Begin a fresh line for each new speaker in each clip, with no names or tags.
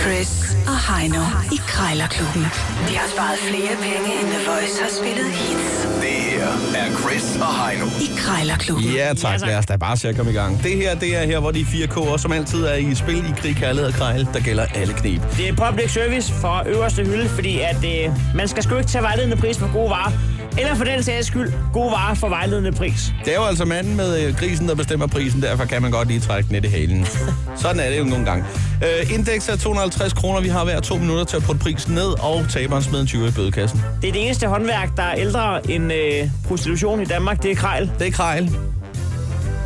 Chris og Heino i Krejlerklubben. De har sparet flere penge, end The Voice har spillet hits
Det her er Chris og Heino.
i Krejlerklubben.
Ja tak, ja, tak. lad os da bare se at komme i gang. Det her, det er her, hvor de fire K'er, som altid er i spil i krig, kærlighed og krejl, der gælder alle knep.
Det er public service for øverste hylde, fordi at øh, man skal sgu ikke tage vejledende pris for gode varer. Eller for den sags skyld, gode varer for vejledende pris.
Det er jo altså manden med øh, grisen, der bestemmer prisen, derfor kan man godt lige trække den lidt i halen. Sådan er det jo nogle gange. Øh, indeks er 250 kroner, vi har hver to minutter til at putte prisen ned, og taberen smider en 20 i bødekassen.
Det er det eneste håndværk, der er ældre end øh, prostitution i Danmark, det er krejl.
Det er krejl.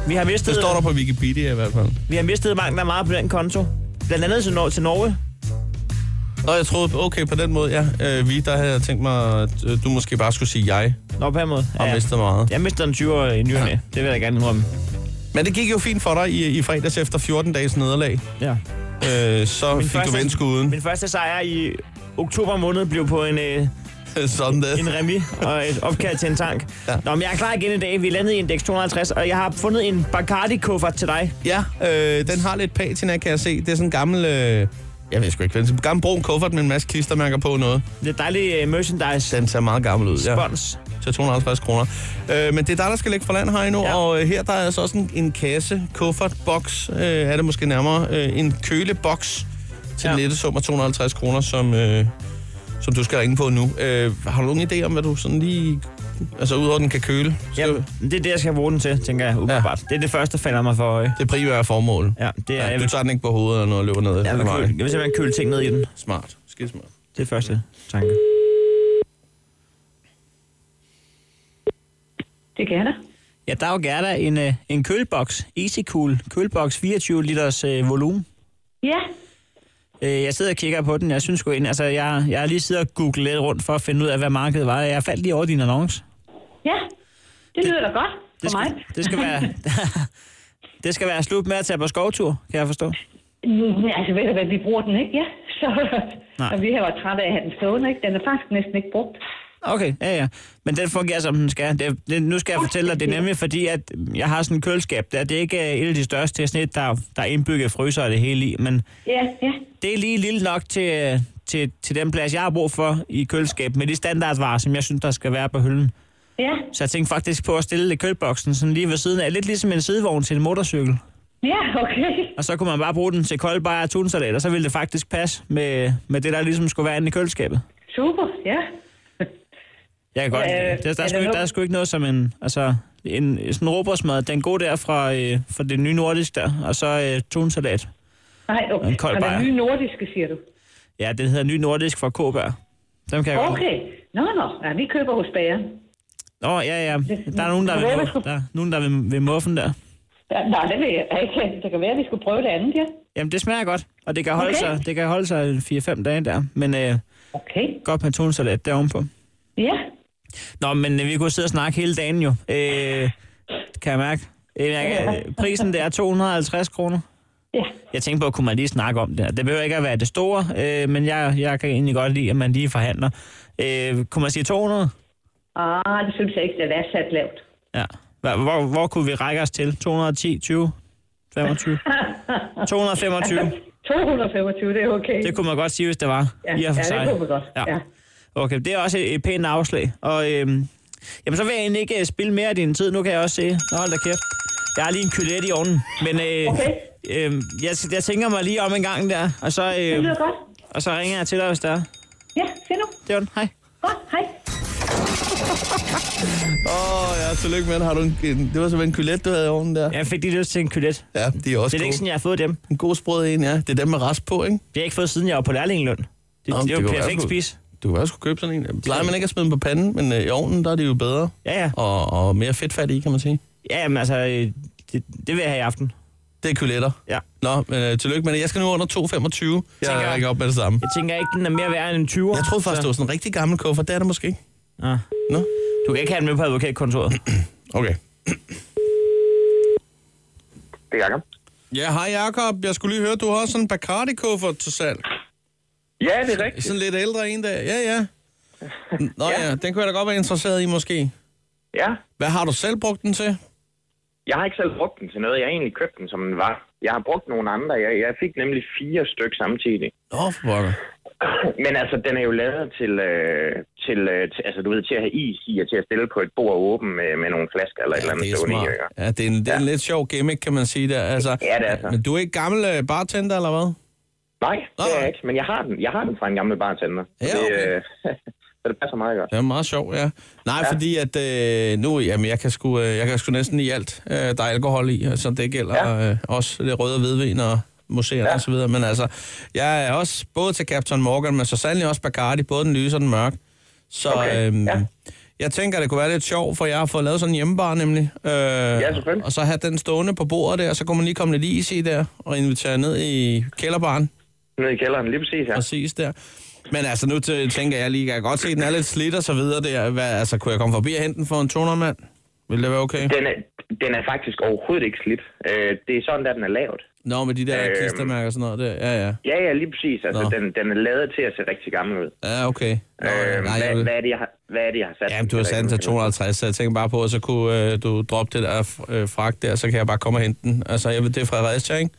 Vi har mistet,
Det står der på Wikipedia i hvert fald.
vi har mistet mange der meget på den konto. Blandt andet til, Nor- til Norge.
Og jeg troede, okay, på den måde, ja. Øh, vi, der havde jeg tænkt mig, at øh, du måske bare skulle sige jeg,
Nå, på den måde.
og ja. mistet meget.
Jeg mister en 20 i ny og næ. Det vil jeg gerne indrømme.
Men det gik jo fint for dig i, i fredags efter 14 dages nederlag.
Ja.
Øh, så fik du vendt skuden.
min første sejr i oktober måned blev på en, øh,
Sådan det.
en remi og et opkald til en tank.
Ja.
Ja. Nå, men jeg er klar igen i dag. Vi er landet i indeks 250, og jeg har fundet en Bacardi-kuffert til dig.
Ja, øh, den har lidt patina, kan jeg se. Det er sådan en gammel... Øh, jeg ved sgu ikke, hvad det er. En gammel brun kuffert med en masse klistermærker på og noget.
Det er dejlige uh, merchandise.
Den ser meget gammel ud, ja.
Spons.
Til 250 kroner. Øh, men det er dig, der skal lægge for land her endnu, ja.
Ja.
og øh, her der er altså også en, en kasse, kuffert, boks, øh, er det måske nærmere, øh, en køleboks til ja.
Ja.
den lette sum af 250 kroner, som, øh, som du skal ringe på nu. Øh, har du nogen idé om, hvad du sådan lige... Altså, udover at den kan køle,
Ja,
skal,
det er det, jeg skal bruge den til, tænker jeg umiddelbart. Ja. Det er det første, der falder mig for øje.
det primære formål.
Ja, det er...
Ja,
jeg,
du
vil,
tager den ikke på hovedet eller noget og løber ned.
jeg, vil
ad vejen.
køle, jeg vil simpelthen køle ting ned i den.
Smart. Skidesmart.
Det er første tanke.
Det kan jeg da.
Ja, der er jo gerne en, øh, en køleboks. Easy Cool. Køleboks 24 liters øh, volumen.
Ja,
Øh, jeg sidder og kigger på den. Jeg synes sgu ind, altså jeg, jeg har lige siddet og googlet lidt rundt for at finde ud af, hvad markedet var. Jeg faldt lige over din annonce.
ja. Det lyder da godt for
Det skal,
mig.
det skal være... det skal være slut med at tage på skovtur, kan jeg forstå.
Mm, altså ved du hvad, vi bruger den ikke, ja. Så,
Nej.
og vi har været trætte af at have den stående, ikke? Den er faktisk næsten ikke brugt.
Okay, ja, ja. Men den fungerer, som den skal. Det, det, nu skal jeg fortælle dig, det er nemlig fordi, at jeg har sådan en køleskab. Der. Det er ikke øh, et af de største snit, der, der er indbygget fryser og det hele i, men
Ja, ja.
det er lige lille nok til, øh, til, til den plads, jeg har brug for i køleskabet, med de standardvarer, som jeg synes, der skal være på hylden.
Ja,
Så jeg tænkte faktisk på at stille kølboksen sådan lige ved siden af, lidt ligesom en sidevogn til en motorcykel.
ja, okay.
Og så kunne man bare bruge den til kolde bajer og tunsalat, og så ville det faktisk passe med, med det, der ligesom skulle være inde i køleskabet.
Super, ja.
Jeg kan godt.
Øh,
Øh, der, der, er
er
sgu, ikke-
der
der er
noget-
sgu ikke noget som en, altså, en sådan en råbrødsmad. Den gode der fra, øh, fra det nye nordisk der, og så øh, tunsalat.
Nej, okay.
En kold
Og
bajer.
den nye nordiske, siger du.
Ja, det hedder ny nordisk fra Kåbær. Dem kan jeg godt lide.
Okay. Nå, nå. Ja, vi køber hos bageren.
Nå, ja, ja. Der er nogen, der
Det er
vil,
sgu-
der, er nogen, der vil, vil muffen der.
Ja, nej, det ved jeg ikke. Det kan være, at vi skulle prøve det andet, ja.
Jamen, det smager godt, og det kan holde
Okay.
sig, det kan holde sig 4-5 dage der. Men øh,
Okay.
godt med tunsalat derovenpå.
Ja.
Nå, men øh, vi kunne sidde og snakke hele dagen jo. Øh, kan jeg mærke. Øh, jeg, kan- prisen det er 250 kroner.
Ja.
Jeg tænkte på, at kunne man lige snakke om det her. Det behøver ikke at være det store, øh, men jeg, jeg kan egentlig godt lide, at man lige forhandler. Øh, kunne man sige 200?
Ah, det synes jeg ikke, det er sat lavt.
Ja. Hvor, hvor, hvor kunne vi række os til? 210, 20, 25? 225.
225, det er okay.
Det kunne man godt sige, hvis det var.
ja,
i og for sig.
ja, det kunne vi godt.
Ja.
ja.
Okay, det er også et, et pænt afslag. Og øhm, jamen, så vil jeg egentlig ikke øh, spille mere af din tid. Nu kan jeg også se. Nå, hold da kæft. Jeg har lige en kylet i ovnen. Men øh,
Okay.
øh, jeg, jeg tænker mig lige om en gang der, og så,
Det
øh,
lyder godt.
og så ringer jeg til dig, hvis der er.
Ja, se nu.
Det var den. Hej.
Godt, hej.
Åh, oh, ja, tillykke med den. Har du en, en, det var simpelthen en kylet, du havde i ovnen der. Ja,
Jeg fik lige lyst til en kylet.
ja de er også
Det er
gode.
ikke sådan, jeg har fået dem. Det
En god sprød en, ja. Det er dem med rest på, ikke?
har jeg ikke fået, siden jeg var på lærlingeløn. Det,
Nå,
det,
men
det er
det
jo
kunne være
perfekt
godt.
spis.
Du kan også købe sådan en. Plejer man ikke at smide dem på panden, men øh, i ovnen, der er det jo bedre.
Ja, ja.
Og, og mere fedtfat i, kan man sige.
Ja, jamen altså, øh, det, det vil jeg have i aften.
Det er kyletter.
Ja.
Nå, men øh, tillykke med det. Jeg skal nu under 2,25. Jeg
Tænker-
rækker op med det samme.
Jeg tænker ikke, den er mere værd end en 20
Jeg troede faktisk, det var sådan en rigtig gammel kuffert. Det er det måske ikke.
Ja.
Nå,
Du kan ikke have den med på advokatkontoret.
okay.
Det er Jacob.
Ja, hej Jakob. Jeg skulle lige høre, du har sådan en Bacardi-kuffert til salg.
Ja, det er rigtigt.
Sådan lidt ældre en der. Ja, ja. Nå ja. ja, den kunne jeg da godt være interesseret i måske.
Ja.
Hvad har du selv brugt den til?
Jeg har ikke selv brugt den til noget. Jeg har egentlig købt den, som den var. Jeg har brugt nogle andre. Jeg, jeg fik nemlig fire stykker samtidig.
Nå, for pokker.
Men altså, den er jo lavet til, øh, til, øh, til, altså, du ved, til at have is i, og til at stille på et bord åben med, med nogle flasker eller ja, et eller andet
det er
stående i.
smart.
ikke?
Ja, det er en, det er en lidt sjov gimmick, kan man sige der. Altså,
Ja, det er så.
Men du er ikke gammel øh, bartender, eller hvad?
Nej, det er
nej.
jeg ikke, men jeg har den. Jeg har den fra en gammel bartender.
Ja,
Så det,
okay.
øh, så det passer meget godt.
Det er meget sjovt, ja. Nej, ja. fordi at øh, nu, jamen, jeg kan sgu, øh, jeg kan sgu næsten i alt, øh, der er alkohol i, så det gælder ja. øh, også det røde og hvidvin og museer ja. og så videre. Men altså, jeg er også både til Captain Morgan, men så sandelig også Bacardi, både den lyse og den mørke. Så
Okay,
øhm,
ja.
jeg tænker, det kunne være lidt sjovt, for jeg har fået lavet sådan en hjemmebar nemlig. Øh, ja,
selvfølgelig.
Og så have den stående på bordet der, og så kunne man lige komme lidt is i der, og invitere ned i kælderbaren
Nede i kælderen, lige præcis her.
præcis der. Men altså, nu tæ- tænker jeg lige, jeg kan godt se, at den er lidt slidt og så videre der. Hvad, altså, kunne jeg komme forbi og hente den for en toner, mand? Vil det være okay?
Den er, den er faktisk overhovedet ikke slidt. Øh, det er sådan, der den er lavet.
Nå, med de der
Øhm.
klistermærker og sådan noget der. Ja, ja.
Ja, ja, lige præcis. Altså,
Nå.
den, den er lavet til at se rigtig gammel ud.
Ja, okay. Nå,
Øh,
nej, jeg
hvad,
vil...
hvad, er det, jeg har, hvad er det, jeg har sat?
Jamen,
den
du har
til?
sat den til 250, så jeg tænker bare på, at så kunne øh, du droppe det der øh, fragt der, så kan jeg bare komme og hente den. Altså, jeg ved, det er Fredericia, ikke?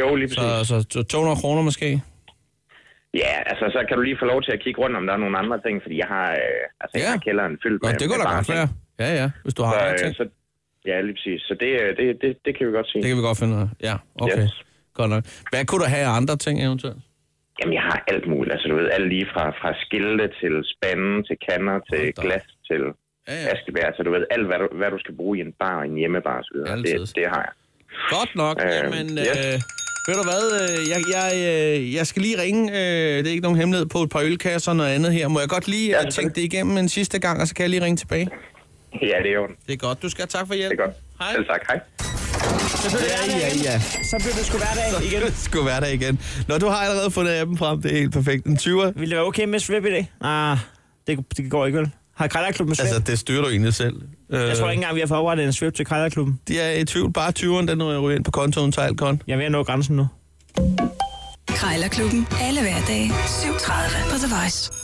Jo, lige præcis.
Så,
Så...
så 200 kroner måske?
Ja, altså, så kan du lige få lov til at kigge rundt, om der er nogle andre ting, fordi jeg har, øh, altså, jeg
Ja.
har kælderen fyldt
Nå,
med
det kunne
med
da
bare
godt
ting.
være. Ja, ja, hvis du har andre
Så,
ting.
øh, så, ja, lige præcis. Så det, øh, det, det, det kan vi godt sige.
Det kan vi godt finde ud af. Ja, okay.
Yes.
Godt nok. Hvad kunne du have af andre ting eventuelt?
Jamen, jeg har alt muligt. Altså, du ved, alt lige fra, fra skilte til spande, til kander, til
Hold da op.
glas, til
Ja, ja.
askebær. Så du ved, alt, hvad du, hvad du skal bruge i en bar og en hjemmebar osv.
Altid.
Det, det har jeg.
Godt nok.
Øh,
Jamen,
ja.
øh, ved du hvad, øh, jeg, jeg, øh, jeg skal lige ringe, øh, det er ikke nogen hemmelighed, på et par ølkasser og noget andet her. Må jeg godt lige øh, tænke det igennem en sidste gang, og så kan jeg lige ringe tilbage?
Ja, det er jo
Det er godt. Du skal have tak for hjælp.
Det er godt.
Hej.
Selv tak. Hej.
Ja, ja, ja.
Så blev det sgu hverdag
Altså.
igen.
Det skulle være der igen. Når du har allerede fundet appen frem, det er helt perfekt. En 20'er.
Vil det være okay med Svip i dag? Ah, det, det går ikke vel. Har Krejlerklubben med Svip?
Altså, øh,
Altså,
det styrer du egentlig selv.
jeg tror ikke engang, vi har fået oprettet en Svip til Krejlerklubben.
De er i tvivl. Bare 20'eren, den ryger ind på kontoen til Alcon.
Jeg er ved at nå grænsen nu.
Krejlerklubben. Alle hverdage. 7.30 på The Voice.